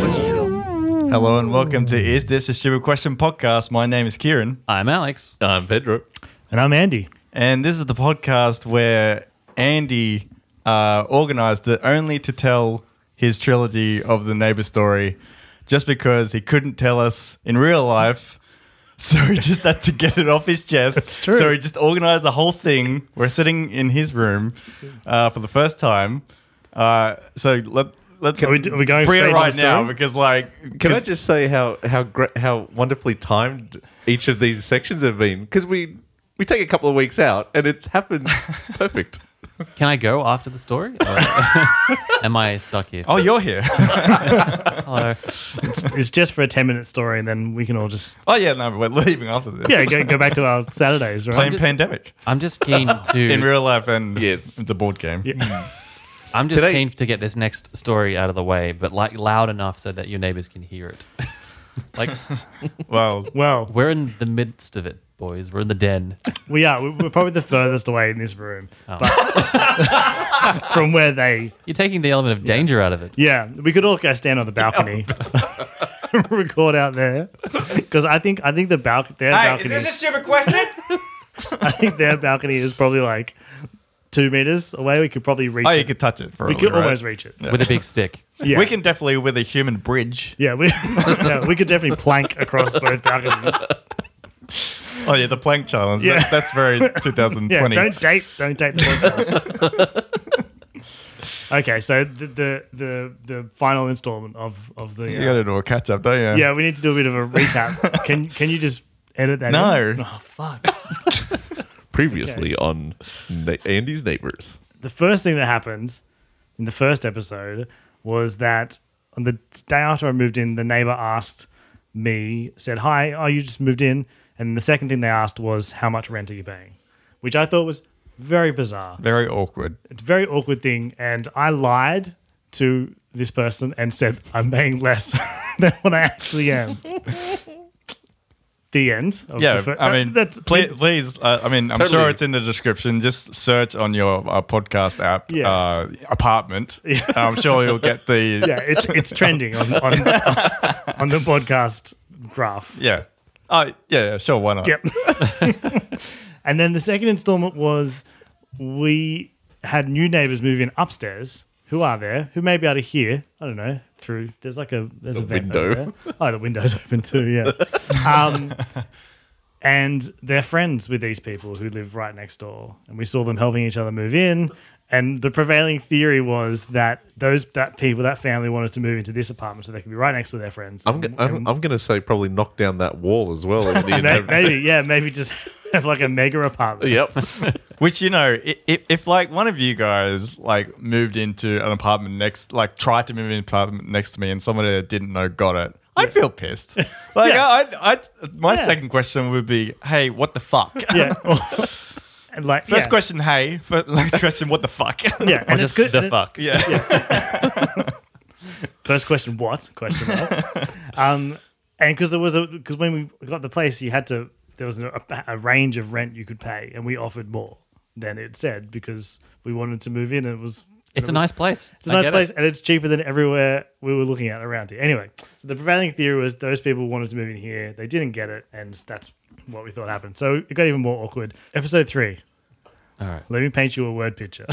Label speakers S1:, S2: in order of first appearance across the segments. S1: Hello and welcome to Is This a Stupid Question podcast. My name is Kieran,
S2: I'm Alex.
S3: I'm Pedro.
S4: And I'm Andy.
S1: and this is the podcast where Andy uh, organized it only to tell his trilogy of the neighbor story just because he couldn't tell us in real life. So he just had to get it off his chest.
S4: That's true.
S1: So he just organized the whole thing. We're sitting in his room uh, for the first time. Uh, so let, let's
S4: Can we do- are we going
S1: pre
S4: straight
S1: it
S4: on
S1: right
S4: the
S1: now
S4: story?
S1: because like
S3: Can I just say how how gra- how wonderfully timed each of these sections have been? Because we we take a couple of weeks out and it's happened perfect.
S2: Can I go after the story? Or am I stuck here?
S1: oh you're here.
S2: Hello.
S4: It's just for a 10 minute story, and then we can all just,
S1: Oh yeah, no, we're leaving after this.
S4: yeah, go, go back to our Saturdays, right?
S1: playing pandemic
S2: I'm just keen to.
S1: in real life and
S3: Yes.
S1: the board game.
S2: I'm just
S3: Today-
S2: keen to get this next story out of the way, but like loud enough so that your neighbors can hear it. like
S1: Well,
S4: Well,
S2: we're in the midst of it, boys. We're in the den.
S4: we are. We're we're probably the furthest away in this room
S1: Oh.
S4: but from where they,
S2: You're taking the element of danger out of it.
S4: yeah, we could all go stand on the balcony. Record out there because I think I think the balcony their balcony
S1: stupid question?
S4: I think their balcony is probably like two meters away. We could probably reach
S1: oh,
S4: it.
S1: you could touch it.
S4: we
S1: Probably,
S4: could
S1: right?
S4: almost reach it.
S2: With a big stick.
S4: Yeah.
S1: We can definitely with a human bridge.
S4: yeah, we, yeah, we could definitely plank across both balconies.
S1: Oh yeah, the plank challenge.
S4: Yeah.
S1: That, that's very
S4: Yeah,
S1: 2020.
S4: don't date, don't date the podcast. okay, so the, the the the final installment of of the uh,
S1: you got to do a catch up, don't you?
S4: yeah, we need to do a bit of a recap. can can you just edit that?
S1: No.
S4: in? oh fuck.
S3: Previously on Na- Andy's neighbors.
S4: the first thing that happened in the first episode was that on the day after I moved in, the neighbor asked me, said, Hi, oh, you just moved in. And the second thing they asked was, How much rent are you paying? Which I thought was very bizarre.
S1: Very awkward.
S4: It's a very awkward thing. And I lied to this person and said, I'm paying less than what I actually am. the end. Of
S1: Yeah,
S4: the fir-
S1: I
S4: that-
S1: mean,
S4: that's-
S1: please, please uh, I mean, I'm sure
S3: Totally.
S1: it's in the description. Just search on your uh, podcast app,
S4: Yeah.
S1: uh, apartment. I'm sure you'll get the.
S4: yeah, it's it's trending on on, on the podcast graph.
S1: Yeah. Oh, yeah, yeah, sure, why not?
S4: Yep. and then the second installment was we had new neighbors move in upstairs who are there, who may be able to hear, I don't know, through there's like a there's a vent
S3: window.
S4: over there. Oh, the window's open too, yeah. um, and they're friends with these people who live right next door. And we saw them helping each other move in. And the prevailing theory was that those that people, that family wanted to move into this apartment so they could be right next to their friends.
S3: I'm, g- I'm, I'm going to say probably knock down that wall as well. Andy, and
S4: May-
S3: have-
S4: maybe, yeah, maybe just have like a mega apartment.
S3: Yep.
S1: Which you know, if, if like one of you guys like moved into an apartment next, like tried to move in an apartment next to me, and someone that didn't know got it, I'd feel pissed. Like
S4: Yeah.
S1: I, I, I'd- my
S4: Yeah.
S1: second question would be, "Hey, what the fuck?"
S4: Yeah. and like
S1: First
S4: yeah.
S1: question, "Hey." First, next question, "What the fuck?"
S4: Yeah,
S2: Or
S4: and it's
S2: just
S4: good.
S2: the fuck.
S1: yeah.
S4: First question, what? Question mark. um, and because there was a because when we got the place, you had to there was a, a range of rent you could pay, and we offered more than it said because we wanted to move in, and it was
S2: It's a
S4: nice.
S2: nice place.
S4: It's a nice place, and it's cheaper than everywhere we were looking at around here. Anyway, so the prevailing theory was those people wanted to move in here. They didn't get it, and that's what we thought happened. So it got even more awkward. Episode three.
S2: All right.
S4: Let me paint you a word picture.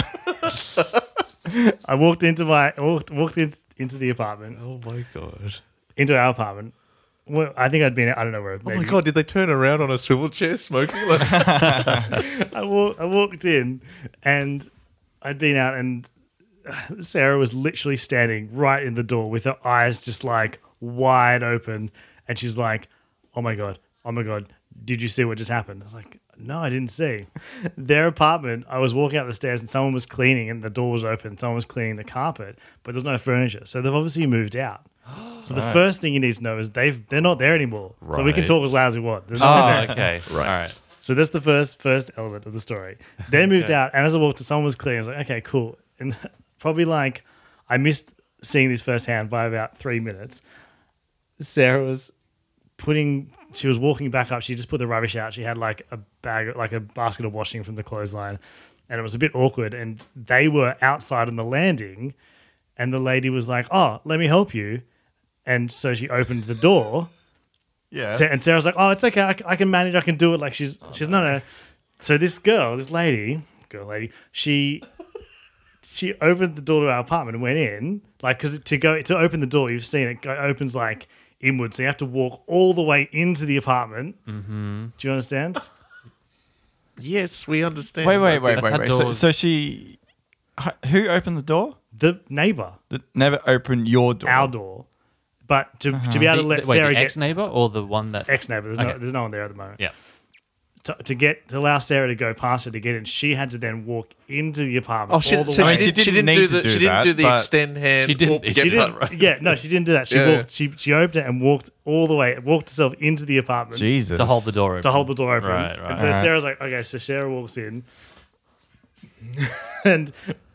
S4: I walked into my walked, walked in, into the apartment,
S3: oh my god.
S4: into our apartment. Well, I think I'd been I don't know where.
S3: Oh
S4: maybe-
S3: my god. Did they turn around on a swivel chair smoking? Like,
S4: I, walk, I walked in and I'd been out, and Sarah was literally standing right in the door with her eyes just like wide open. And she's like, Oh my God, oh my God, did you see what just happened? I was like, No, I didn't see. Their apartment, I was walking up the stairs and someone was cleaning, and the door was open. Someone was cleaning the carpet, but there's no furniture. So they've obviously moved out. So the first thing you need to know is they've they're not there anymore. So we can
S2: Right.
S4: talk as loud as we want. There's no one
S2: Oh,
S4: there.
S2: okay. right. All right.
S4: So that's the first first element of the story. They moved out, and as I walked, to someone was cleaning. I was like, okay, cool. And probably like I missed seeing this firsthand by about three minutes. Sarah was putting. She was walking back up. She just put the rubbish out. She had like a bag, like a basket of washing from the clothesline, and it was a bit awkward. And they were outside on the landing, And the lady was like, "Oh, let me help you." And so she opened the door,
S1: Yeah.
S4: Sa- and Sarah's like, "Oh, it's okay. I, c- I can manage. I can do it." Like she's
S2: Oh,
S4: she's not a. So this girl, this lady, girl, lady, she she opened the door to our apartment and went in, like because to go to open the door, you've seen it, go- opens like inward, so you have to walk all the way into the apartment. Mm-hmm. Do you understand?
S3: Yes, we understand.
S1: Wait, wait, wait,
S2: That's
S1: wait,
S2: how
S1: wait. So,
S2: doors-
S1: so she, h- who opened the door?
S4: the neighbor,
S1: That never opened your door.
S4: our door, but to to be able to let
S2: wait,
S4: Sarah
S2: Uh-huh. the
S4: get
S2: ex neighbor or the one that
S4: ex neighbor, there's no
S2: Okay.
S4: there's no one there at the moment.
S2: yeah.
S4: To, to get to allow Sarah to go past her to get in, she had to then walk into the apartment.
S3: Oh, she,
S4: all the
S3: so
S4: way.
S1: I mean,
S3: she, did,
S1: she
S3: she
S1: didn't
S3: didn't
S1: need
S3: do
S1: to
S3: the
S1: do
S3: she didn't
S1: that,
S3: do the
S1: but-
S3: extend hand.
S2: She didn't-
S3: walk,
S2: she
S3: get
S4: She
S3: butt
S4: didn't.
S3: right.
S4: Yeah, no, she didn't do that. She
S3: Yeah.
S4: walked. She she opened it and walked all the way, walked herself into the apartment
S1: Jesus.
S2: To hold the door open.
S4: to hold the door open.
S2: Right, right. Uh-huh.
S4: And so
S1: Alright.
S4: Sarah's like, okay, so Sarah walks in, and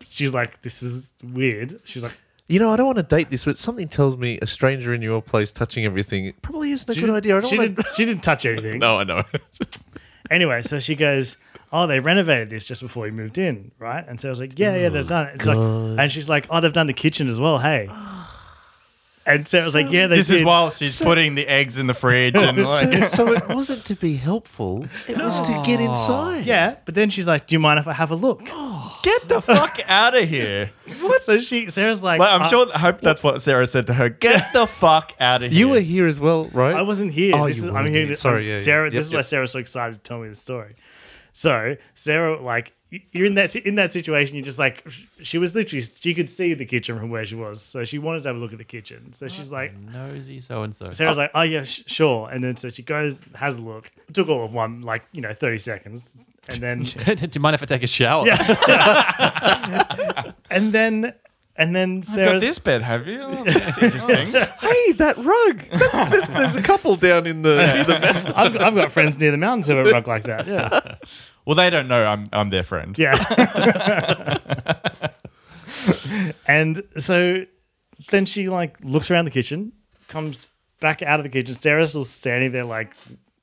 S4: she's like, this is weird. She's like,
S3: You know, I don't want to date this, but something tells me a stranger in your place touching everything it probably isn't a
S4: she
S3: good
S4: didn't-
S3: idea. I don't
S4: she,
S3: want
S4: didn't, she didn't touch anything.
S3: No, I know.
S4: Anyway, so she goes, oh, they renovated this just before you moved in, right? And Sarah's like, yeah, yeah, they've done it. It's like, and she's like, oh, they've done the kitchen as well. Hey. And Sarah's like, yeah, they
S1: This
S4: did.
S1: is while she's
S3: So-
S1: putting the eggs in the fridge and like.
S3: so it wasn't to be helpful. It was to get inside.
S4: Yeah, but then she's like, do you mind if I have a look?
S1: Get the fuck out of here!
S4: So she Sarah's like, "Uh,
S1: Like, I'm
S4: I-
S1: sure. I hope that's what Sarah said to her. Get the fuck out of here!
S3: You were here as well, right?
S4: I wasn't here.
S3: Oh,
S4: this
S3: you
S4: is,
S3: weren't
S4: I'm hearing
S3: here.
S4: this.
S3: Sorry,
S4: I'm-
S3: yeah, yeah.
S4: Sarah,
S3: Yep,
S4: this is why
S3: yep.
S4: Sarah's so excited to tell me the story. So Sarah, like, y- you're in that in that situation. You're just like, she was literally she could see the kitchen from where she was, so she wanted to have a look at the kitchen. So she's like,
S2: Nosy so and so.
S4: Sarah's like, oh yeah, sh- sure. And then so she goes, has a look. It took all of one, like you know, thirty seconds, and then
S2: Do you mind if I take a shower?
S4: Yeah. and then and then
S1: got
S4: Sarah's
S1: this bed, have you? Oh, that's interesting.
S3: hey, that rug. That- there's, there's a couple down in the. in the
S4: I've, I've got friends near the mountains who have a rug like that. Yeah.
S1: well, they don't know I'm I'm their friend.
S4: Yeah. and so then she like looks around the kitchen, comes back out of the kitchen. Sarah's still standing there like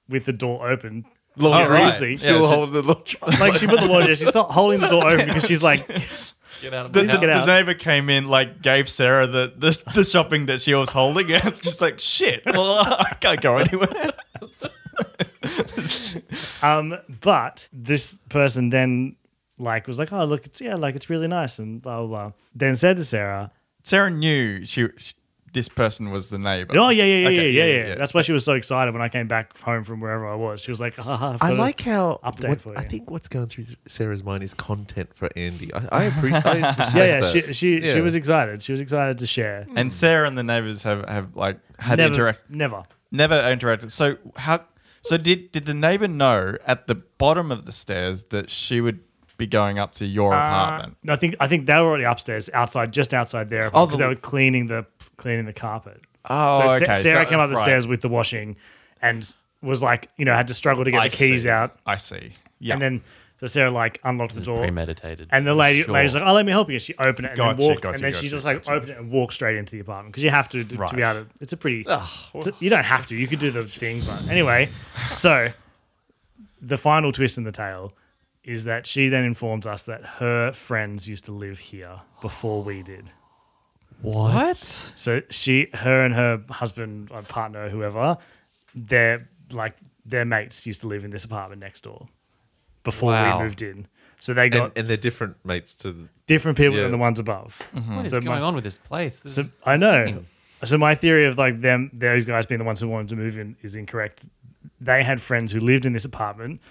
S4: with the door open.
S3: laundry.
S1: Oh, right.
S4: Greasy.
S1: Yeah,
S3: Still
S1: she-
S3: holding the laundry.
S4: Like she put the laundry, she's not holding the door open because she's like,
S2: Get out of
S1: The,
S2: the
S4: Please
S1: the,
S4: get
S1: the
S4: out.
S1: neighbor came in, like gave Sarah the, the the shopping that she was holding, and it's just like shit. Well, I can't go anywhere.
S4: um, but this person then like was like, oh look, it's yeah, like it's really nice and blah blah blah. Then said to Sarah,
S1: Sarah knew she, she this person was the neighbor.
S4: oh yeah yeah yeah
S1: Okay,
S4: yeah, yeah yeah. That's why she was so excited when I came back home from wherever I was. She was like, "Ah, haha, I've
S3: I
S4: got a-
S3: like how
S4: update
S3: what-
S4: for
S3: I
S4: you.
S3: think what's going through Sarah's mind is content for Andy. I, I appreciate. I respect
S4: yeah yeah.
S3: that.
S4: She she
S3: Yeah.
S4: she was excited. She was excited to share.
S1: And Sarah and the neighbors have, have like had
S4: never,
S1: interact
S4: Never.
S1: never interacted. So how so did did the neighbor know at the bottom of the stairs that she would be going up to your
S4: Uh,
S1: apartment?
S4: No, I think I think they were already upstairs, outside, just outside there, because they
S1: Oh, the-
S4: were cleaning the cleaning the carpet.
S1: Oh,
S4: so Sa-
S1: okay.
S4: Sarah
S1: So-
S4: came up the
S1: right.
S4: stairs with the washing, and was like, you know, had to struggle to get
S1: I
S4: the keys
S1: see.
S4: out,
S1: I see. Yeah.
S4: and then so Sarah like unlocked the door,
S2: Premeditated.
S4: and the lady
S2: Sure.
S4: lady's like, "Oh, let me help you." She opened it and
S1: Gotcha,
S4: then walked,
S1: gotcha,
S4: and then she
S1: gotcha,
S4: just like
S1: gotcha.
S4: opened it and walked straight into the apartment because you have to to, to be
S1: Right.
S4: able to. It's a pretty. it's a- you don't have to. You could do the thing, but anyway, so the final twist in the tale is that she then informs us that her friends used to live here before we did.
S2: what?
S4: So she, her, and her husband, or partner, whoever, their like their mates used to live in this apartment next door before
S2: Wow.
S4: we moved in. So they got
S3: and, and they're different mates to. The,
S4: different people
S3: Yeah.
S4: than the ones above.
S2: What is
S4: So my-
S2: going on with this place? This
S4: So
S2: is
S4: I know.
S2: insane.
S4: So my theory of like them, those guys being the ones who wanted to move in, is incorrect. They had friends who lived in this apartment.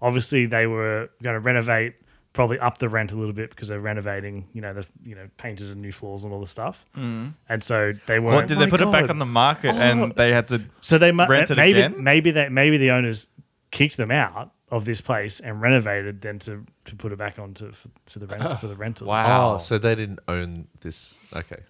S4: Obviously, they were going to renovate, probably up the rent a little bit because they're renovating. You know, they've you know painted and new floors and all the stuff. Mm. And so they weren't.
S1: what did
S2: Oh
S1: they
S3: my
S1: put it back
S3: God.
S1: on the market and
S4: Oh,
S1: they had to
S4: so they mu-
S1: rent it
S4: maybe
S1: again?
S4: maybe that maybe the owners kicked them out of this place and renovated then to to put it back onto f- to the rent for the rental.
S2: Wow.
S3: Oh, so they didn't own this. Okay.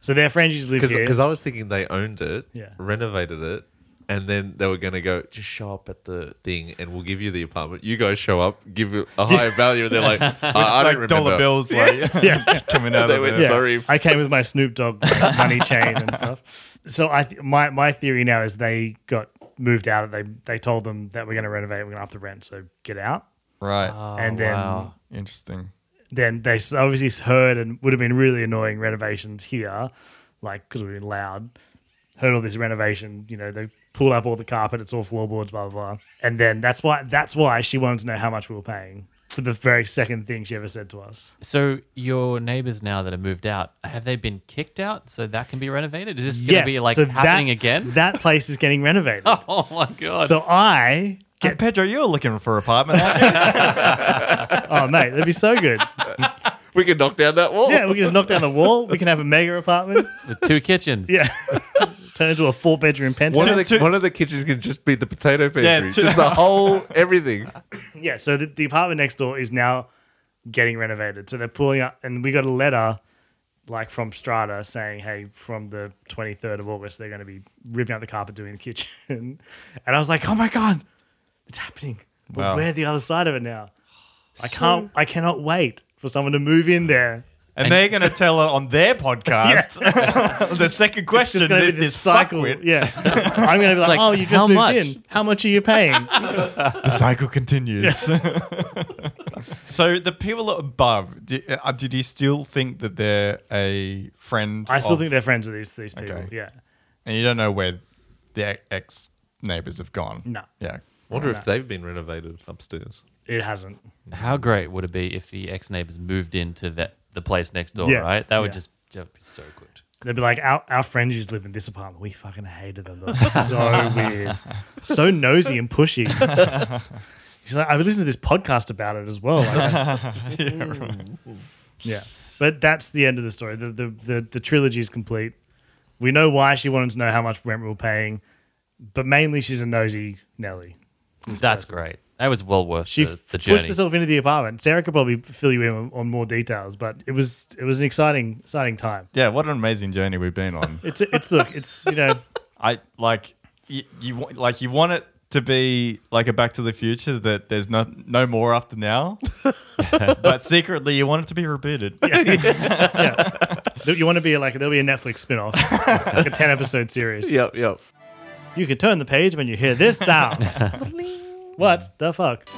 S4: So their friends used to live here.
S3: Because I was thinking they owned it,
S4: Yeah.
S3: renovated it, and then they were going to go, just show up at the thing and we'll give you the apartment. You guys show up, give it a higher value. And they're like, I, I don't
S1: like
S3: remember.
S1: dollar bills like
S4: yeah.
S1: coming out
S3: They
S1: of
S3: went,
S1: it.
S4: Yeah.
S3: Sorry.
S4: I came with my Snoop Dogg money chain and stuff. So I th- my my theory now is they got moved out. They they told
S3: Ah.
S4: them that we're going to renovate. We're going to up the rent. So get out.
S1: Right.
S2: Oh,
S4: and then
S2: wow.
S1: Interesting.
S4: then they s- obviously heard and would have been really annoying renovations here, like because we've been loud. Heard all this renovation, you know, they pulled up all the carpet, it's all floorboards, blah blah blah. And then that's why that's why she wanted to know how much we were paying for the very second thing she ever said to us.
S2: So your neighbors now that have moved out, have they been kicked out so that can be renovated? Is this going to
S4: yes,
S2: be like
S4: so
S2: happening
S4: that,
S2: again?
S4: That place is getting renovated.
S2: oh my god!
S4: So I
S1: Get Pedro, you're looking for an apartment. aren't you?
S4: oh mate, that'd be so good.
S3: We can knock down that wall.
S4: Yeah, we can just knock down the wall. We can have a mega apartment.
S2: With two kitchens.
S4: Yeah. Turn into a four bedroom penthouse.
S3: One of, the,
S1: Two- two-
S3: one of the kitchens can just be the potato pantry.
S1: Yeah, two-
S3: just the whole everything.
S4: yeah, so the, the apartment next door is now getting renovated. So they're pulling up, and we got a letter like from Strata saying, hey, from the 23rd of August, they're going to be ripping out the carpet, doing the kitchen. And I was like, oh my God, it's happening.
S1: Wow.
S4: We're the other side of it now. I can't, I cannot wait for someone to move in there.
S1: and they're going to tell her on their podcast the second question.
S4: It's gonna
S1: this,
S4: be this
S1: cycle.
S4: cycle. Yeah. I'm going to be like,
S2: like,
S4: oh, you just
S2: how
S4: moved
S2: much?
S4: in. How much are you paying?
S1: The cycle continues. so the people above, did, uh, did you still think that they're a friend?
S4: I still
S1: of-
S4: think they're friends with these these people.
S1: Okay.
S4: Yeah.
S1: And you don't know where the ex neighbors have gone.
S4: No.
S1: Yeah.
S3: Wonder if they've been renovated upstairs.
S4: It hasn't.
S2: How great would it be if the ex neighbors moved into that the place next door?
S4: Yeah.
S2: Right. That would
S4: Yeah.
S2: just that would be so good.
S4: They'd be like, our, our friends used to live in this apartment. We fucking hated them. They were so weird. So nosy and pushy. She's like, I've listened to this podcast about it as well. Like, yeah. But that's the end of the story. The, the, the, the trilogy is complete. We know why she wanted to know how much rent we were paying, but mainly she's a nosy Nelly.
S2: That's great. That was well worth
S4: She
S2: the,
S4: f-
S2: the
S4: pushed
S2: journey.
S4: herself into the apartment. Sarah could probably fill you in on, on more details, but it was it was an exciting exciting time.
S1: Yeah. What an amazing journey we've been on.
S4: It's it's look it's you know
S1: I like you, you wa- like you want it to be like a Back to the Future that there's no no more after now, but secretly you want it to be repeated.
S4: you want to be like there'll be a Netflix spin off, like a ten episode series.
S3: Yep, yep.
S4: You can turn the page when you hear this sound. what the fuck?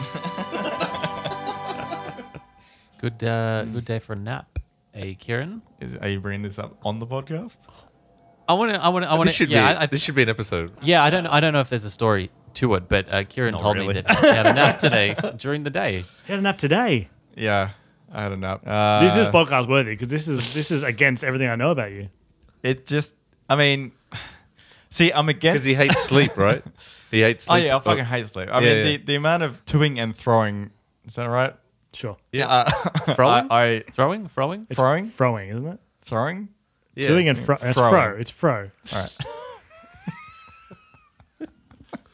S2: good. Uh, good day for a nap. Hey, Kieran.
S1: Is, are you bringing this up on the podcast?
S2: I want to. I want to. I want
S3: This
S2: to.
S3: should
S2: Yeah.
S3: be
S2: I, I,
S3: this should be an episode.
S2: yeah. I don't. I don't know if there's a story to it, but uh, Kieran
S1: Not
S2: told
S1: really.
S2: me that he had a nap today during the day.
S4: You had a nap today.
S1: Yeah, I had enough. Uh,
S4: This is podcast worthy because this is this is against everything I know about you.
S1: it. Just I mean, see, I'm against.
S3: Because he hates sleep, right? He hates
S1: oh
S3: sleep. uh,
S1: yeah, I fucking hate sleep. I
S3: Yeah,
S1: mean,
S3: yeah.
S1: The, the amount of toing and throwing is that right? Uh,
S4: Sure.
S3: Yeah.
S2: Throwing.
S1: I, I
S2: Uh, throwing. Throwing.
S1: throwing
S4: Throwing, isn't it?
S1: throwing.
S3: Yeah.
S4: Doing and fro. It's fro.
S1: Throwing.
S4: It's fro.
S1: All right.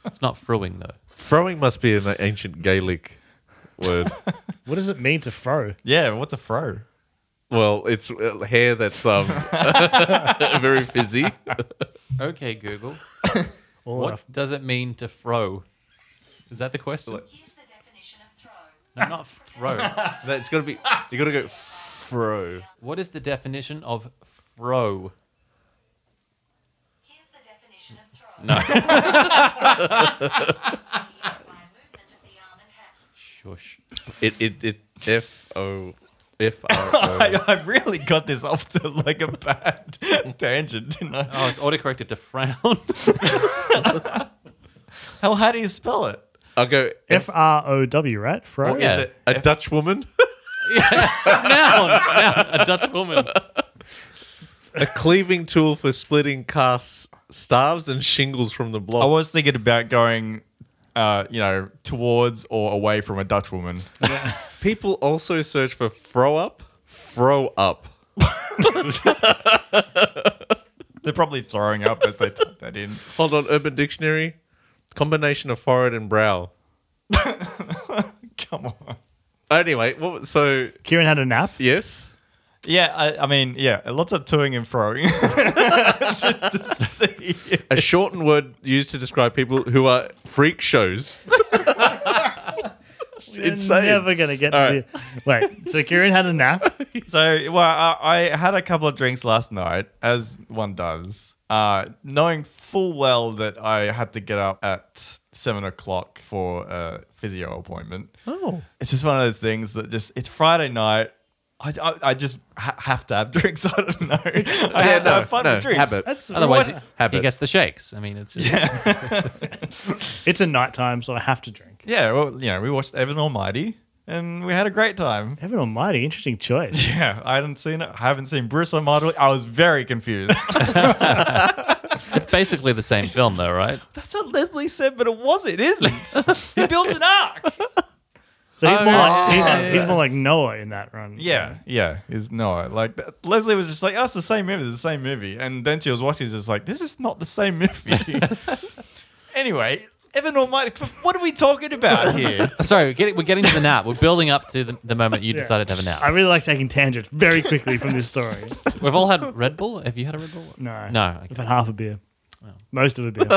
S2: It's not frowing though.
S3: Throwing must be an ancient Gaelic word.
S4: What does it mean to fro?
S1: Yeah, what's a fro?
S3: well, it's uh, hair that's um, very fizzy.
S2: Okay, Google.
S4: All
S2: What
S4: our-
S2: does it mean to fro? Is that the question?
S5: Here's the definition of throw.
S2: No, not fro.
S3: That's got to be. You got to go fro.
S2: What is the definition of fro?
S5: Here's the definition of throw. No. movement of the arm and hand.
S2: Shush.
S3: It it it f o f r o.
S1: I, I really got this off to like a bad tangent, didn't I?
S2: Oh, it's autocorrected to frown.
S1: Hell, how do you spell it?
S3: I'll go
S4: F R O W, right? Fro.
S2: yeah.
S1: Is it
S3: a Dutch woman,
S2: noun, noun, a Dutch woman.
S3: a cleaving tool for splitting casts, staves, and shingles from the block.
S1: I was thinking about going, uh, you know, towards or away from a Dutch woman.
S3: People also search for throw up, throw up.
S1: They're probably throwing up as they type that in.
S3: Hold on, Urban Dictionary. Combination of forehead and brow.
S1: Come on.
S3: Anyway, what, so
S4: Kieran had a nap.
S3: yes,
S1: Yeah, I, I mean, yeah, lots of toing and throwing. Just to see.
S3: a shortened word used to describe people who are freak shows.
S4: You're
S3: insane.
S4: never gonna get to the wait. So Kieran had a nap.
S1: So, well, I, I had a couple of drinks last night, as one does, uh, knowing full well that I had to get up at seven o'clock for a physio appointment.
S4: Oh,
S1: It's just one of those things that just, it's Friday night. I, I, I just ha- have to have drinks. I don't know. I have to
S3: no,
S1: have fun
S3: no,
S1: with drinks.
S3: habit.
S4: That's
S2: Otherwise,
S3: Habit.
S2: he gets the shakes. I mean, it's just,
S4: it's a nighttime, so I have to drink.
S1: Yeah, well, you know, we watched Evan Almighty and we had a great time.
S4: Heaven Almighty, interesting choice.
S1: Yeah, I hadn't seen it. I haven't seen Bruce Almighty. I was very confused.
S2: it's basically the same film, though, right?
S1: That's what Leslie said, but it was it isn't. he built an ark.
S4: So he's
S2: Oh,
S4: more
S2: yeah.
S4: like he's,
S1: Yeah.
S4: he's more like Noah in that run.
S1: Yeah, yeah. Is no like that. Leslie was just like, "Oh, it's the same movie. It's the same movie." And then she was watching, just like, "This is not the same movie." anyway, Evan Almighty, what are we talking about here?
S2: Sorry, we're getting, we're getting to the nap. We're building up to the, the moment you
S4: Yeah.
S2: decided to have a nap.
S4: I really like taking tangents very quickly from this story.
S2: We've all had Red Bull. Have you had a Red Bull?
S4: No.
S2: No.
S4: I've
S2: okay.
S4: had half a beer. Most of a beer.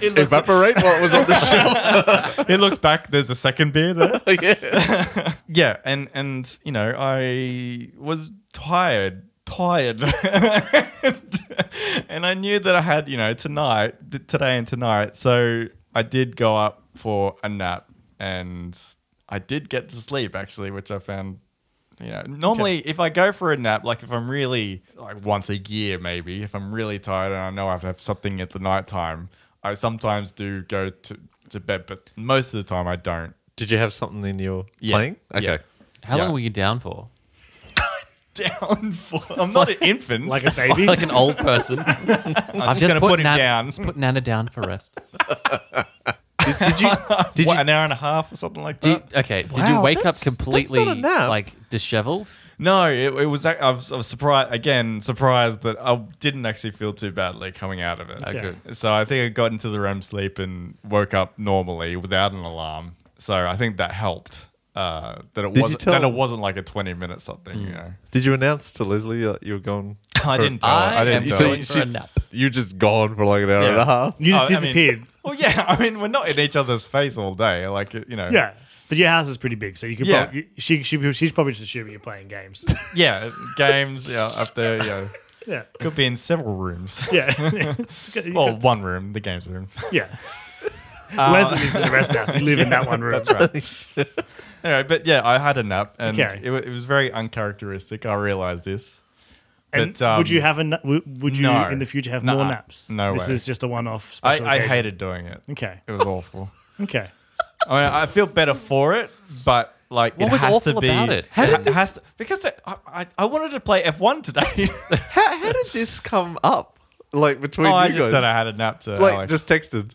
S1: It looks,
S3: Evaporate what was on the shelf.
S1: it looks back. There's a second beer there.
S3: yeah.
S1: Yeah, and and you know, I was tired, tired, and I knew that I had you know tonight, th- today, and tonight. So I did go up for a nap, and I did get to sleep actually, which I found. You know, normally if I go for a nap, like if I'm really like once a year, maybe if I'm really tired and I know I have something at the night time, I sometimes do go to, to bed, but most of the time I don't.
S3: Did you have something in your
S1: Yeah.
S3: playing? Okay.
S1: Yeah.
S2: How
S1: Yeah.
S2: long were you down for?
S1: down for. I'm not an infant.
S4: like a baby.
S2: Like an old person. I'm
S1: I'm just, gonna put, him down.
S2: Just put Nana down for rest.
S3: Did, did you?
S1: what,
S3: Did you?
S1: an hour and a half or something like
S2: Do you,
S1: that?
S2: okay. Did you
S3: Wow,
S2: wake up
S3: that's- that's not
S2: completely
S3: a nap.
S2: like disheveled?
S1: no, it, it was. ac- I was, I was surprised again. Surprised that I didn't actually feel too badly coming out of it.
S2: Oh,
S4: Yeah.
S2: good.
S1: So I think I got into the REM sleep and woke up normally without an alarm. So I think that helped. Uh, that it
S3: you
S1: wasn't
S3: tell- Hmm.
S1: that it wasn't like a 20 minute something. You know,
S3: Did you announce to Leslie that you were gone?
S1: I
S3: for-
S1: didn't tell. her. Oh, I
S2: I
S1: didn't
S2: am
S1: tell.
S2: so
S1: her.
S2: Going for a nap.
S3: You just gone for like an hour and
S1: Yeah.
S3: a half.
S4: you just
S1: Oh, I mean-
S4: disappeared.
S1: Well, yeah. I mean, we're not in each other's face all day. Like you know.
S4: yeah. But your house is pretty big, so you could
S1: Yeah.
S4: prob- you- she, she she's probably just assuming you're playing games.
S1: Yeah. Games. Yeah. Up there. Yeah.
S4: yeah.
S1: Could be in several rooms.
S4: Yeah. It's good- you
S1: Well,
S4: could-
S1: one room, the games room.
S4: yeah. Leslie lives in the rest house. You live in that one room.
S1: That's right. anyway, but yeah, I had a nap, and
S4: Okay.
S1: it, wa- it was very uncharacteristic. I realized this.
S4: And
S1: But, um,
S4: would you have a na- w- would you
S1: no.
S4: in the future have
S1: Nuh-uh.
S4: more naps?
S1: No
S4: This
S1: way.
S4: is just a one-off.
S1: I,
S4: Special
S1: I
S4: occasion.
S1: hated doing it.
S4: Okay.
S1: It was awful.
S4: Okay.
S1: I mean, I feel better for it, but like
S2: What
S1: it
S2: was
S1: has
S2: awful
S1: to be.
S2: about it?
S1: How
S2: How
S1: did
S2: did
S1: it has to, because the, I, I I wanted to play F one today.
S3: How, how did this come up? Like
S1: oh,
S3: between you
S1: I just
S3: guys?
S1: said I had uh, a nap to
S3: like
S1: Alex.
S3: just texted.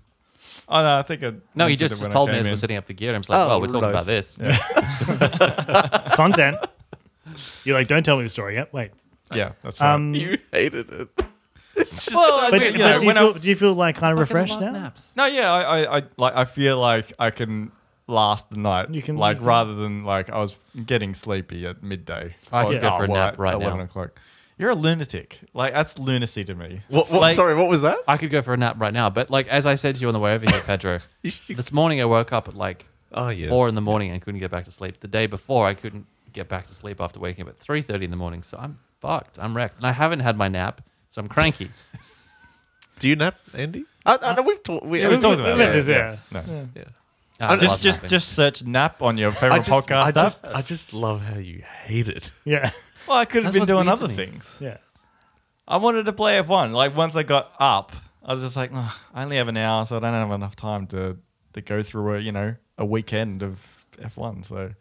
S1: oh no, I think I
S2: No, he
S1: mentioned
S2: just,
S1: it
S2: just
S1: when I
S2: told me
S1: came
S2: as we're
S1: in.
S2: setting up the gear. and I'm just like,
S3: Oh,
S2: well, we're talking about
S3: nice.
S2: this.
S4: Content. You're like, don't tell me the story yet. Wait.
S1: Yeah, that's right.
S4: Um,
S3: You hated it.
S1: well, I
S4: but,
S1: think, you
S4: but
S1: know,
S4: do, you
S1: when I-
S4: feel, do you feel like kind of
S2: Fucking
S4: refreshed
S2: love
S4: now?
S2: Naps.
S1: No, yeah, I, I, I like I feel like I can last the night.
S4: You can-
S1: like
S4: you can-
S1: rather than like I was getting sleepy at midday.
S2: I
S1: Or-
S2: could go for a
S1: well,
S2: nap
S1: it's
S2: right now.
S1: Eleven o'clock. You're a lunatic. Like that's lunacy to me.
S3: What, what,
S1: Like,
S3: sorry, what was that?
S2: I could go for a nap right now, but like as I said to you on the way over here, Pedro, this morning I woke up at like
S3: Oh, yes.
S2: four in the morning and couldn't get back to sleep. The day before I couldn't get back to sleep after waking up at three thirty in the morning, so I'm fucked. I'm wrecked, and I haven't had my nap, so I'm cranky.
S3: Do you nap, Andy? I, I know we've talked. We,
S1: Yeah, we talked about
S4: Yeah,
S1: it.
S4: there's-
S1: Yeah,
S4: yeah.
S1: no.
S3: Yeah.
S2: I
S1: Just,
S2: love
S1: just,
S2: napping.
S1: just search nap on your
S3: I
S1: favorite
S3: just,
S1: podcast
S3: I
S1: app.
S3: just, I just love how you hate it.
S4: Yeah.
S1: well, I could have
S2: That's
S1: been
S2: what's
S1: doing
S2: weird to
S1: other
S2: me.
S1: things.
S4: Yeah.
S1: I wanted to play F one. Like once I got up, I was just like, "Ugh, I only have an hour, so I don't have enough time to to go through a you know a weekend of F one. So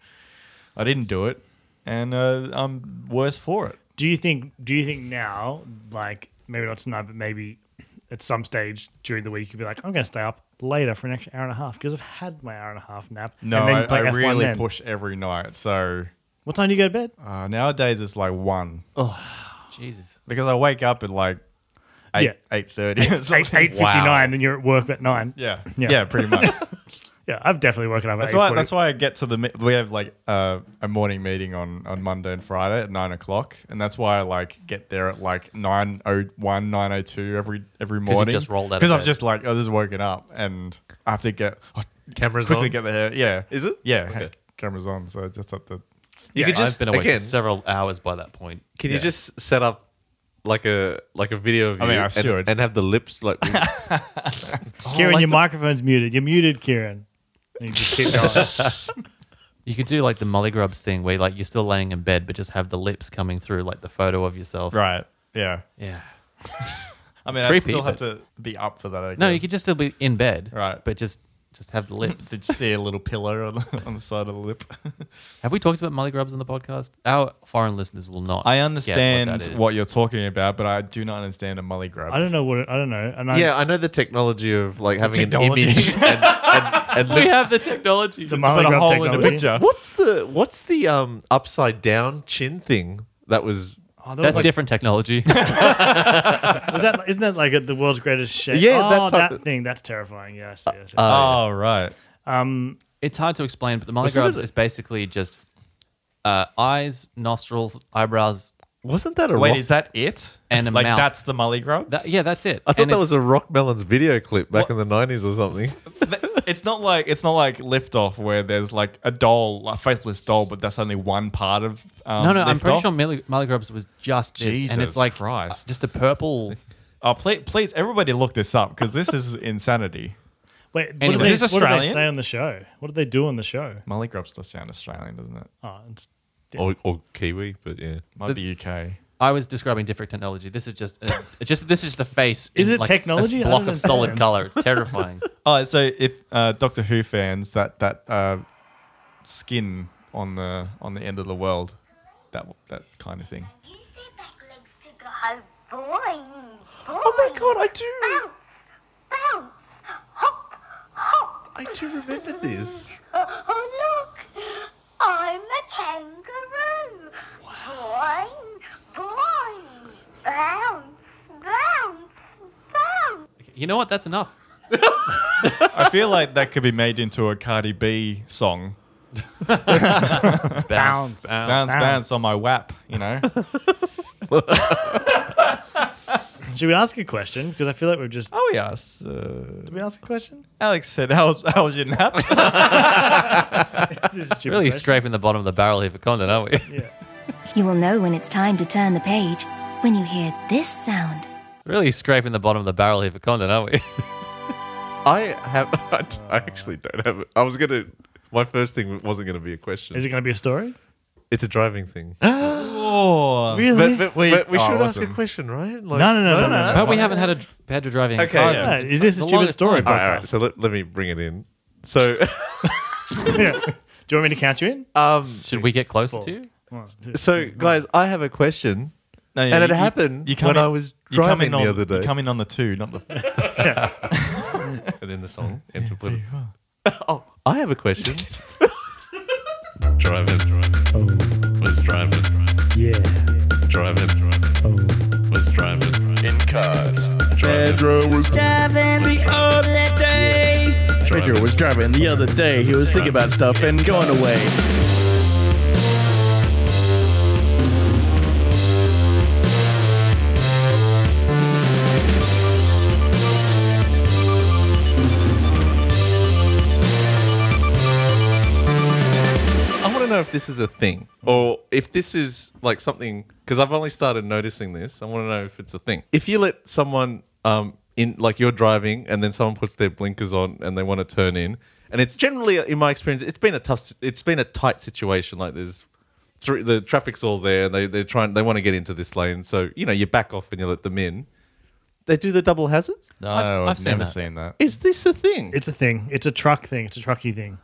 S1: I didn't do it, and uh, I'm worse for it.
S4: Do you think? Do you think now, like maybe not tonight, but maybe at some stage during the week, you'd be like, I'm going to stay up later for an extra hour and a half because I've had my hour and a half nap.
S1: No,
S4: and then you
S1: I,
S4: play
S1: I
S4: F1
S1: really
S4: then.
S1: push every night. So
S4: What time do you go to bed?
S1: uh, nowadays it's like one
S4: Oh.
S2: Jesus.
S1: because I wake up at like eight
S4: Yeah.
S1: eight thirty. It's like,
S4: Eight eight fifty nine, and you're at work at nine.
S1: Yeah, yeah,
S4: Yeah.
S1: pretty much.
S4: Yeah, I've definitely woken up.
S1: That's
S4: at
S1: why.
S4: 8:40.
S1: That's why I get to the. mi- We have like uh, a morning meeting on on Monday and Friday at nine o'clock, and that's why I like get there at like nine oh one, nine oh two every every
S2: you
S1: morning.
S2: just rolled out of
S1: Because I've
S2: bed.
S1: just like I just woken up and I have to get I
S3: Cameras
S1: quickly
S3: on?
S1: get the hair. Yeah,
S3: Is it?
S1: Yeah,
S3: Okay.
S1: cameras on, so I just have to.
S3: You could
S2: I've
S3: just
S2: been awake
S3: again.
S2: for several hours by that point.
S3: Can you
S2: Yeah.
S3: just set up like a like a video of
S1: I
S3: you
S1: mean, I
S3: and,
S1: should.
S3: and have the lips like
S1: Oh,
S4: Kieran, your microphone's muted. You're muted, Kieran. And you just keep going.
S2: You could do like the Molly Grubs thing where like you're still laying in bed, but just have the lips coming through like the photo of yourself.
S1: Right. Yeah.
S2: Yeah.
S1: I mean, I'd
S2: Creepy,
S1: still have
S2: but-
S1: to be up for that. I guess.
S2: No, you could just still be in bed.
S1: Right.
S2: But just just have the lips.
S1: Did you see a little pillow on the, on the side of the lip?
S2: have we talked about Molly Grubs on the podcast? Our foreign listeners will not.
S1: I
S2: get
S1: understand
S2: that
S1: what,
S2: is.
S1: you're talking about, but I do not understand a molly grub.
S4: I don't know what it, I don't know. And I,
S3: yeah, I know the technology of like having
S1: technology.
S3: an image and, and, and
S2: we
S3: lips.
S2: have the technology.
S1: To
S4: the Marley
S1: put a
S4: Grub
S1: hole in the
S4: technology.
S1: picture.
S3: What's the what's the um upside down chin thing that was?
S4: Oh, that was
S2: That's
S4: like-
S2: different technology.
S4: Was that isn't that like a, the world's greatest shame?
S3: Yeah,
S4: oh,
S3: that type
S4: that
S3: of- Uh,
S4: thing. That's terrifying. Yeah, I see. I see.
S1: Oh, right.
S4: um,
S2: it's hard to explain, but the Molly
S3: Wasn't
S2: Grubs
S3: it-
S2: is basically just uh, eyes, nostrils, eyebrows.
S3: Wasn't that a
S1: Wait,
S3: rock?
S1: is that it?
S2: And a
S1: like
S2: mouth.
S1: that's the molly grub?
S2: That, yeah, that's it.
S3: I thought
S2: And
S3: that
S2: it's-
S3: was a Rock Melons video clip back
S1: What-
S3: in the nineties or something.
S1: it's not like it's not like liftoff where there's like a doll, a faithless doll, but that's only one part of. Um,
S2: No, no, I'm pretty
S1: Liftoff.
S2: sure Molly, Molly Grubs was just this, and
S1: Jesus
S2: it's like
S1: Christ.
S2: just a purple.
S1: Oh, please, please, everybody, look this up because this is insanity.
S4: wait, what,
S2: Anyway.
S4: did they,
S1: Is this
S4: what did they
S1: Australian?
S4: say on the show? What did they do on the show?
S1: Molly grubs does sound Australian, doesn't it?
S4: Oh, it's,
S3: or, or Kiwi, but yeah.
S1: Might
S2: So-
S1: be UK.
S2: I was describing different technology. This is just, a, just this is just a face.
S4: Is
S2: in,
S4: it
S2: like,
S4: technology?
S2: A
S4: I
S2: block
S4: don't
S2: of solid
S4: understand.
S2: color. It's terrifying.
S1: Oh, so if uh, Doctor Who fans that that uh, skin on the on the end of the world, that that kind of thing.
S6: You say back legs to go. Oh, boing, boing.
S3: Oh my god, I do
S6: Bounce, bounce, hop, hop.
S3: I do remember this.
S6: Oh, oh look, I'm a kangaroo. Boing, boing. Bounce, bounce, bounce.
S2: you know what? That's enough.
S1: I feel like that could be made into a Cardi B song.
S4: Bounce.
S1: Bounce,
S3: Ah.
S4: Bounce.
S1: bounce on my WAP, you know.
S4: should we ask a question? Because I feel like we've just.
S1: oh yes. Uh,
S4: Did we ask a question?
S1: Alex said, "How was how was your nap?"
S4: This is a stupid
S2: Really
S4: question.
S2: scraping the bottom of the barrel here for content, aren't we?
S7: You will know when it's time to turn the page when you hear this sound.
S2: really scraping the bottom of the barrel here for content, aren't we?
S3: I have. I, d- I actually don't have. it. I was gonna. My first thing wasn't gonna be a question.
S4: Is it going to be a story?
S3: it's a driving thing.
S1: oh,
S4: Really?
S3: But, but, we, but we
S1: Oh,
S3: should ask
S1: awesome.
S3: a question, right? Like,
S4: no, no, no, no, no. no,
S2: but we haven't had a Pedro driving.
S3: Okay,
S2: car
S3: yeah.
S2: since-
S4: Yeah,
S2: it's
S4: is this a
S2: the
S4: stupid
S2: longest
S4: story?
S2: time.
S3: All right, all right, so let, let me bring it in. So,
S4: Yeah. Do you want me to count you in?
S3: um,
S2: Should we get closer to you?
S3: so guys, I have a question,
S1: No, yeah,
S3: and it
S1: you- you-
S3: happened
S1: you come
S3: when
S1: in-
S3: I was
S1: you come
S3: driving
S1: in on,
S3: the other day.
S1: You come in on the two, not the.
S3: and then the song. oh, I have a question. drive it, drive it.
S4: Oh,
S3: Let's drive it,
S4: yeah.
S3: drive it, drive it.
S4: Oh.
S3: Let's drive it, drive it.
S1: Pedro was driving the other day. He was thinking about stuff and going away.
S3: I want to know if this is a thing or if this is like something because I've only started noticing this. I want to know if it's a thing. If you let someone um in like you're driving and then someone puts their blinkers on and they want to turn in, and it's generally in my experience, it's been a tough, si- it's been a tight situation. Like there's three, the traffic's all there. And they they're trying, they want to get into this lane, so you know you back off and you let them in. They do the double hazards.
S2: No,
S1: I've,
S2: I've,
S1: I've,
S2: I've seen
S1: never
S2: that.
S1: seen that.
S3: Is this a thing?
S4: It's a thing. It's a truck thing. It's a trucky thing.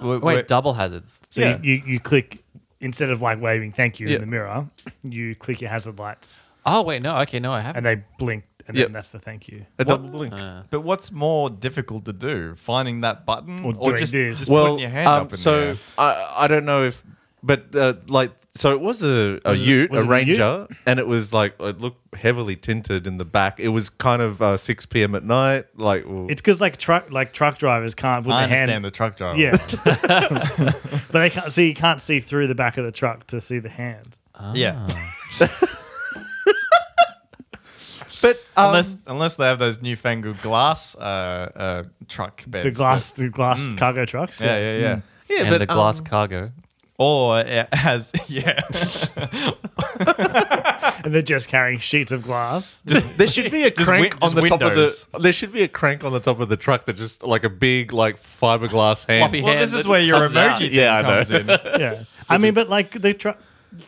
S1: Wait,
S2: Wait, double hazards.
S4: So
S3: Yeah.
S4: you, you, you click, instead of like waving thank you
S3: Yeah.
S4: in the mirror, you click your hazard lights
S2: Oh wait, no. Okay, no, I haven't.
S4: and they blink and
S3: Yeah.
S4: then that's the thank you.
S3: a double blink.
S1: But what's more difficult to do? Finding that button
S4: Or
S1: or,
S4: doing
S1: just,
S4: this.
S1: just
S3: well,
S1: putting your hand
S3: um,
S1: up in
S3: so
S1: the air?
S3: I I don't know if, but uh, like so it was a, a
S4: it-
S3: Ute,
S4: was
S3: a
S4: it a Ute?
S3: Ranger, and it was like it looked heavily tinted in the back. It was kind of uh, six p.m. at night, like well,
S4: It's because like truck like truck drivers can't put
S1: I
S4: their
S1: understand
S4: hand.
S1: the truck driver.
S4: yeah, but they can't see. You can't see through the back of the truck to see the hand.
S1: yeah.
S3: but um,
S1: unless unless they have those newfangled glass uh, uh, truck beds.
S4: The glass,
S1: that-
S4: the glass cargo trucks.
S1: yeah, yeah, yeah.
S3: yeah,
S2: and
S3: but,
S2: the glass
S3: um,
S2: cargo.
S1: Or it has yeah.
S4: and they're just carrying sheets of glass.
S3: There should be a
S1: Just win-
S3: crank on
S1: just
S3: the top of
S1: windows.
S3: the. There should be a crank on the top of the truck that just like a big like fiberglass hand.
S2: Floppy
S1: Well,
S2: hand
S1: this
S2: that
S1: is where
S2: just
S1: your
S2: comes out.
S1: emoji thing
S3: Yeah, I know.
S1: comes in.
S4: Yeah, I mean, but like they try.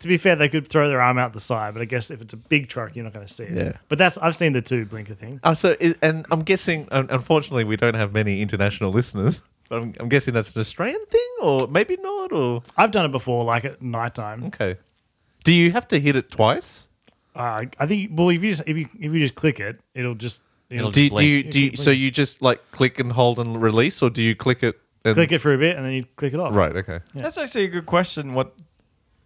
S4: To be fair, they could throw their arm out the side, but I guess if it's a big truck, you're not going to see it.
S3: Yeah.
S4: But that's I've seen the two blinker thing.
S3: Oh, so is, and I'm guessing. un- Unfortunately, we don't have many international listeners. But I'm, I'm guessing that's an Australian thing, or maybe not. Or
S4: I've done it before, like at nighttime.
S3: okay, do you have to hit it twice?
S4: Uh, I think. Well, if you just if you if you just click it, it'll just it'll,
S2: It'll
S3: Do, you- do you
S2: Blink.
S3: do you, so? You just like click and hold and release, or do you click it? And,
S4: click it for a bit and then you click it off.
S3: Right. Okay.
S1: That's actually a good question. What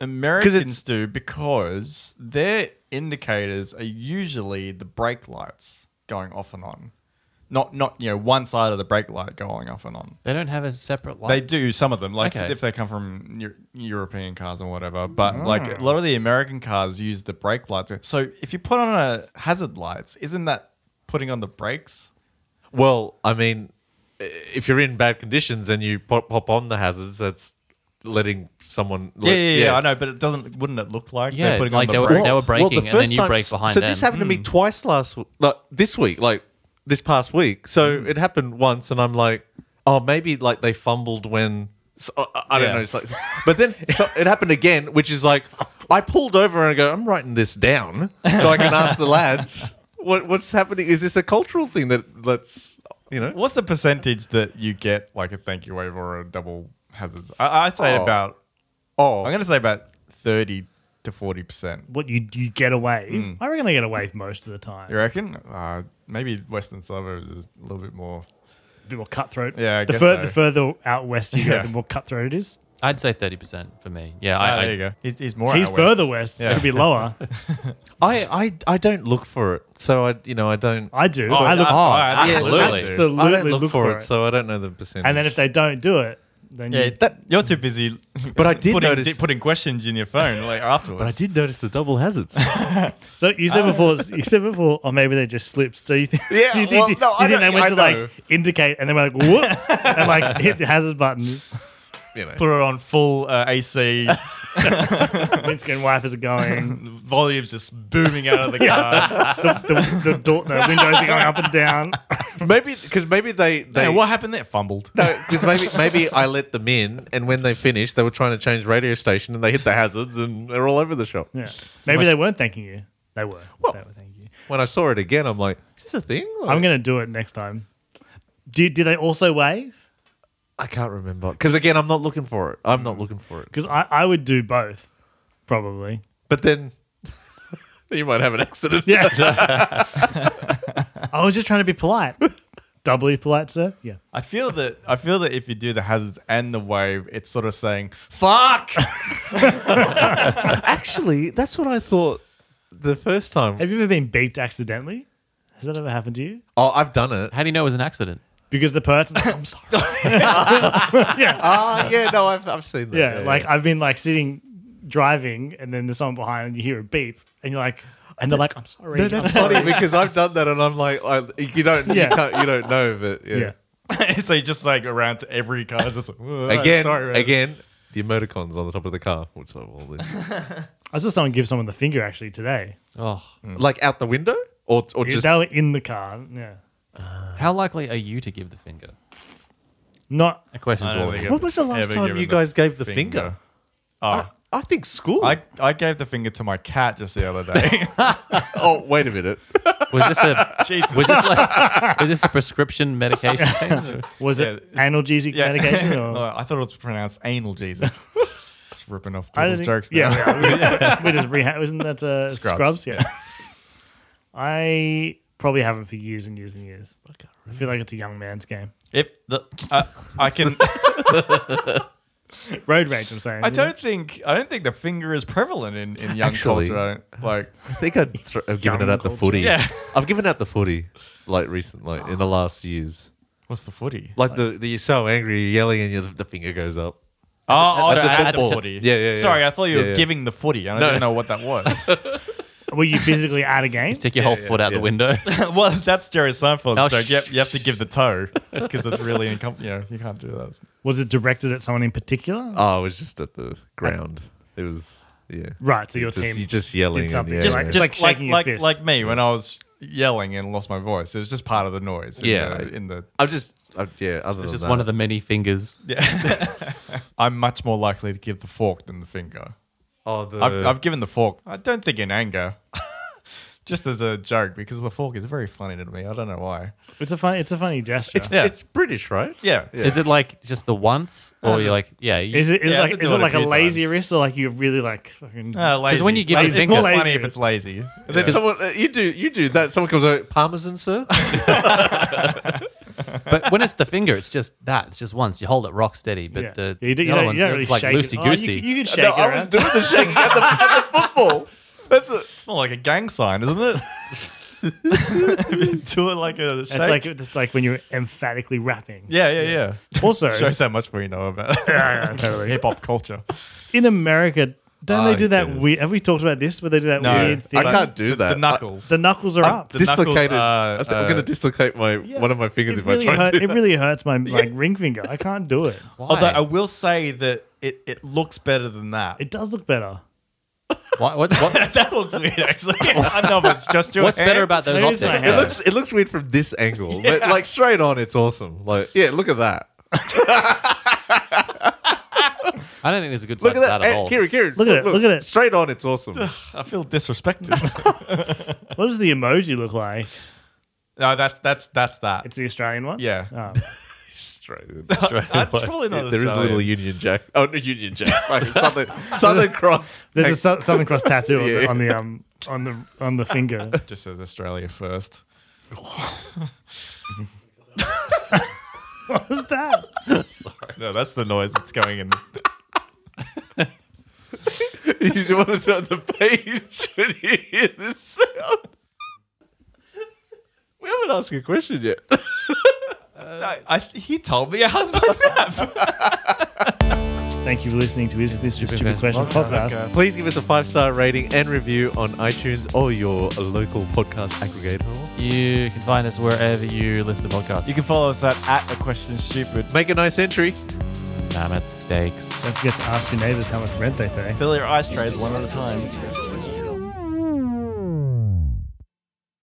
S1: Americans do because their indicators are usually the brake lights going off and on, not not you know one side of the brake light going off and on.
S2: They don't have a separate light.
S1: They do some of them, like
S2: Okay. Ah.
S1: if they come from Eu- European cars or whatever. But like a lot of the American cars use the brake lights. So if you put on a hazard lights, isn't that putting on the brakes?
S3: Well, I mean, i- if you're in bad conditions and you pop, pop on the hazards, that's letting someone.
S1: Yeah,
S3: let-
S1: yeah, yeah, I know, but it doesn't. Wouldn't it look like
S2: Yeah,
S1: they're putting
S2: like
S1: on the
S2: they were-
S1: brakes?
S2: they were braking and then you brake behind
S3: So
S2: them.
S3: this happened to
S4: Hmm.
S3: me twice last, w- like this week, like this past week. So
S4: Hmm.
S3: it happened once, and I'm like, oh, maybe like they fumbled when. So, I- I, I don't
S1: Yeah.
S3: know. It's like, but then so it happened again, which is like I pulled over and I go, I'm writing this down so I can ask the lads what what's happening. Is this a cultural thing that that's you know?
S1: What's the percentage that you get like a thank you wave or a double hazards? I, I say
S3: Oh.
S1: about
S3: Oh,
S1: I'm gonna say about thirty to forty percent.
S4: What you you get away? I reckon I get away most of the time.
S1: You reckon? Uh, maybe Western suburbs is a little bit more.
S4: A bit more cutthroat.
S1: Yeah, I
S4: the,
S1: guess so.
S4: the further out west you
S1: Yeah.
S4: go, the more cutthroat it is.
S2: I'd say thirty percent for me. Yeah,
S1: Ah,
S2: I, I,
S1: there you go. He's, he's more.
S4: He's
S1: out
S4: further west.
S1: Yeah.
S4: It could be lower.
S3: I, I I don't look for it, so I you know I don't.
S4: I do. I look.
S1: oh, I
S2: yeah,
S1: absolutely.
S2: do.
S4: Absolutely
S3: I don't look, for, it,
S4: it.
S3: so I don't know the percentage.
S4: and then if they don't do it, then
S1: Yeah,
S4: you,
S1: that, you're too busy.
S3: But I did
S1: putting,
S3: notice-
S1: di- putting questions in your phone like afterwards.
S3: but I did notice the double hazards.
S4: So you said before, you said before, or maybe they just slipped. So you think,
S3: Yeah,
S4: do you think,
S3: well,
S4: do you
S3: no, I
S4: think they
S3: don't-
S4: went
S3: I
S4: to
S3: know.
S4: like indicate and they were like, whoops, and like hit the hazard button.
S3: you know.
S1: put it on full uh, AC.
S4: Windscreen wipers are going.
S1: volumes just booming out of the car.
S4: The, the door, the windows are going up and down.
S3: Maybe because maybe they they
S1: Hey, what happened there? Fumbled.
S3: because maybe maybe I let them in, and when they finished, they were trying to change radio station, and they hit the hazards, and they're all over the shop.
S4: Yeah. Maybe they weren't thanking you. They were. they were thanking you.
S3: When I saw it again, I'm like, is this a thing?
S4: I'm gonna do it next time. Do do they also wave?
S3: I can't remember because again, I'm not looking for it. I'm not looking for it.
S4: Because I, I would do both, probably.
S3: But then you might have an accident.
S4: Yeah. I was just trying to be polite. Doubly polite, sir. Yeah.
S1: I feel that I feel that if you do the hazards and the wave, it's sort of saying "fuck."
S3: Actually, that's what I thought the first time.
S4: Have you ever been beeped accidentally? Has that ever happened to you?
S3: Oh, I've done it.
S2: How do you know it was an accident?
S4: Because the person, I'm sorry. yeah.
S3: Ah, yeah, no, I've, I've seen that.
S4: yeah, like I've been like sitting driving, and then there's someone behind, and you hear a beep, and you're like, and they're like, I'm sorry.
S3: No,
S4: I'm
S3: that's
S4: sorry."
S3: funny because I've done that, and I'm like, I, you don't,
S4: Yeah.
S3: you, can't, you don't know, but yeah.
S4: Yeah.
S1: so you just like around to every car, just like, "Whoa,
S3: Again,
S1: sorry, man."
S3: again, the emoticons on the top of the car, what's up all this?
S4: I saw someone give someone the finger actually today.
S2: Oh,
S3: like out the window, or or just
S4: they were in the car. Yeah.
S2: how likely are you to give the finger?
S4: Not.
S2: A question to all of
S1: think
S2: you.
S1: it-
S3: when was the last
S1: Ever
S3: time
S1: given
S3: you
S1: the
S3: guys gave the finger?
S1: finger? Oh.
S3: Ah. I think school.
S1: I, I gave the finger to my cat just the other day.
S3: oh, wait a minute.
S2: Was this a
S1: Jesus.
S2: was this like was this a prescription medication thing?
S4: Was
S1: Yeah,
S4: it
S1: it's-
S4: analgesic
S1: Yeah. Oh,
S4: medication? Or?
S1: No, I thought it was pronounced anal Jesus. It's ripping off
S4: I
S1: people's
S4: don't
S1: jokes.
S4: think- Yeah,
S1: now.
S4: yeah. we we just reha- wasn't that uh, scrubs? Yeah. I probably haven't for years and years and years. I feel like it's a young man's game.
S1: If the uh, I can,
S4: Road rage, I'm saying.
S1: I don't think I don't think the finger is prevalent in, in young
S3: Actually.
S1: culture. I don't, like
S3: I think I'd thro- I've given it
S4: Young
S3: out the
S4: culture.
S3: footy.
S1: Yeah.
S3: I've given out the footy like recently in the last years.
S1: what's the footy?
S3: Like the, the you're so angry, you're yelling, and you the finger goes up.
S1: Oh,
S2: the
S1: at
S2: football.
S3: Yeah, yeah, yeah.
S1: Sorry, I thought you were
S3: Yeah, yeah.
S1: giving the footy. and I
S3: No.
S1: didn't know what that was.
S4: Were you physically out of game?
S2: Stick your whole foot out
S3: yeah.
S2: the window.
S1: well, that's Jerry Seinfeld's
S2: Oh,
S1: joke.
S2: sh-
S1: You have, you have to give the toe because it's really incom- You know, you can't do that.
S3: Ah,
S4: Was it directed at someone in particular?
S3: Oh, it was just at the ground. It was Yeah.
S4: Right, so your
S3: Just-
S4: team
S3: You're just yelling.
S4: did
S3: in
S4: something.
S3: the
S1: Just,
S4: Right.
S3: air.
S1: just
S4: Like
S1: like
S4: shaking
S1: like
S4: your
S1: like,
S4: fist.
S1: me when I was yelling and lost my voice. It was just part of the noise. in
S3: Yeah.
S1: the- in the
S3: I'm just. i Uh, yeah. Other than
S2: It's just
S3: that.
S2: one of the many fingers.
S1: I'm much more likely to give the fork than the finger.
S3: Oh, the.
S1: I've, I've given the fork. I don't think in anger, just as a joke, because the fork is very funny to me. I don't know why.
S4: It's a funny it's a funny gesture.
S3: it's,
S1: Yeah.
S3: it's British, right?
S1: Yeah,
S2: Is it like just the once, or you're like, yeah? You,
S4: is it is
S1: Yeah, I
S4: like
S1: did
S4: is
S1: do
S4: it
S1: it a
S4: like a,
S1: few
S4: lazy
S1: times.
S4: wrist or like you really like fucking
S1: Uh, lazy.
S2: when you give
S1: Lazy-
S2: a
S1: it's
S2: finger-
S1: more
S4: Lazy
S1: funny if
S4: is-
S1: it's lazy.
S3: And then someone uh, you do you do that. Someone comes over, parmesan, sir.
S2: but when it's the finger, it's just that. It's just once. You hold it rock steady. But
S4: yeah.
S2: the,
S4: Yeah, you, don't-
S2: the
S4: you
S2: other
S4: don't-
S2: ones,
S4: you don't
S2: it's like
S4: really shake it.
S2: loosey
S4: Oh, you
S2: goosey.
S4: can- you, can shake
S3: no,
S4: it
S3: I was
S4: around.
S3: doing the shaking at the, at the football. That's a,
S1: It's more like a gang sign, isn't it? do it like a
S4: It's
S1: shake.
S4: like just like when you're emphatically rapping.
S1: yeah, yeah, yeah.
S4: Also,
S1: Shows how much we know about hip hop culture.
S4: in America, don't
S3: Ah,
S4: they do that
S3: yes.
S4: weird? Have we talked about this? Where they do that
S1: No,
S4: weird thing?
S3: I can't do
S1: The-
S3: that.
S1: The knuckles.
S4: The knuckles are up.
S1: the knuckles
S3: dislocated.
S1: are,
S3: I think I'm going
S1: uh,
S3: to dislocate my one of my fingers
S4: It
S3: if
S4: really,
S3: I try
S4: hurt,
S3: to. Do
S4: it
S3: that.
S4: really hurts my like ring finger. I can't do it.
S2: Why?
S1: Although I will say that it, it looks better than that.
S4: It does look better.
S2: Why- what- what-
S1: that looks weird, actually. I don't know if it's just your
S2: what's
S1: hand.
S2: better about those
S4: Maybe it's
S2: optics?
S4: like-
S3: It
S2: though?
S3: looks it looks weird from this angle, but like straight on, it's awesome. Like yeah, look at that.
S2: I don't think there's a good
S3: Look
S2: side to
S3: at that.
S2: that at
S3: Hey,
S2: all.
S3: Kieran, Kieran,
S4: Look at it, look at it.
S3: Straight on, it's awesome.
S1: I feel disrespected.
S4: What does the emoji look like?
S1: no, that's that's that's that.
S4: It's the Australian one.
S1: yeah.
S4: Oh.
S3: straight.
S1: That's probably not
S3: there is a little
S1: Australian.
S3: Union Jack. Oh, no, Union Jack. Fucking Southern, Southern Cross.
S4: There's a Sou- Southern Cross tattoo on, the,
S3: Yeah.
S4: on the um on the on the finger.
S1: just says Australia first.
S4: What's that?
S1: No, that's the noise that's going in.
S3: you want to turn the page when you hear this sound? We haven't asked a question yet.
S1: I, I- he told me a husband.
S4: Thank you for listening to Is This a Stupid
S2: Stupid
S4: Question
S2: Question
S4: podcast?
S3: Please give us a five star rating and review on iTunes or your local podcast aggregator.
S2: You can find us wherever you listen to podcasts.
S1: can follow us at, at a question stupid.
S3: Make a nice entry.
S2: Mammoth steaks.
S4: Don't forget to ask your neighbors how much rent they pay.
S1: Fill your ice trays one at a time.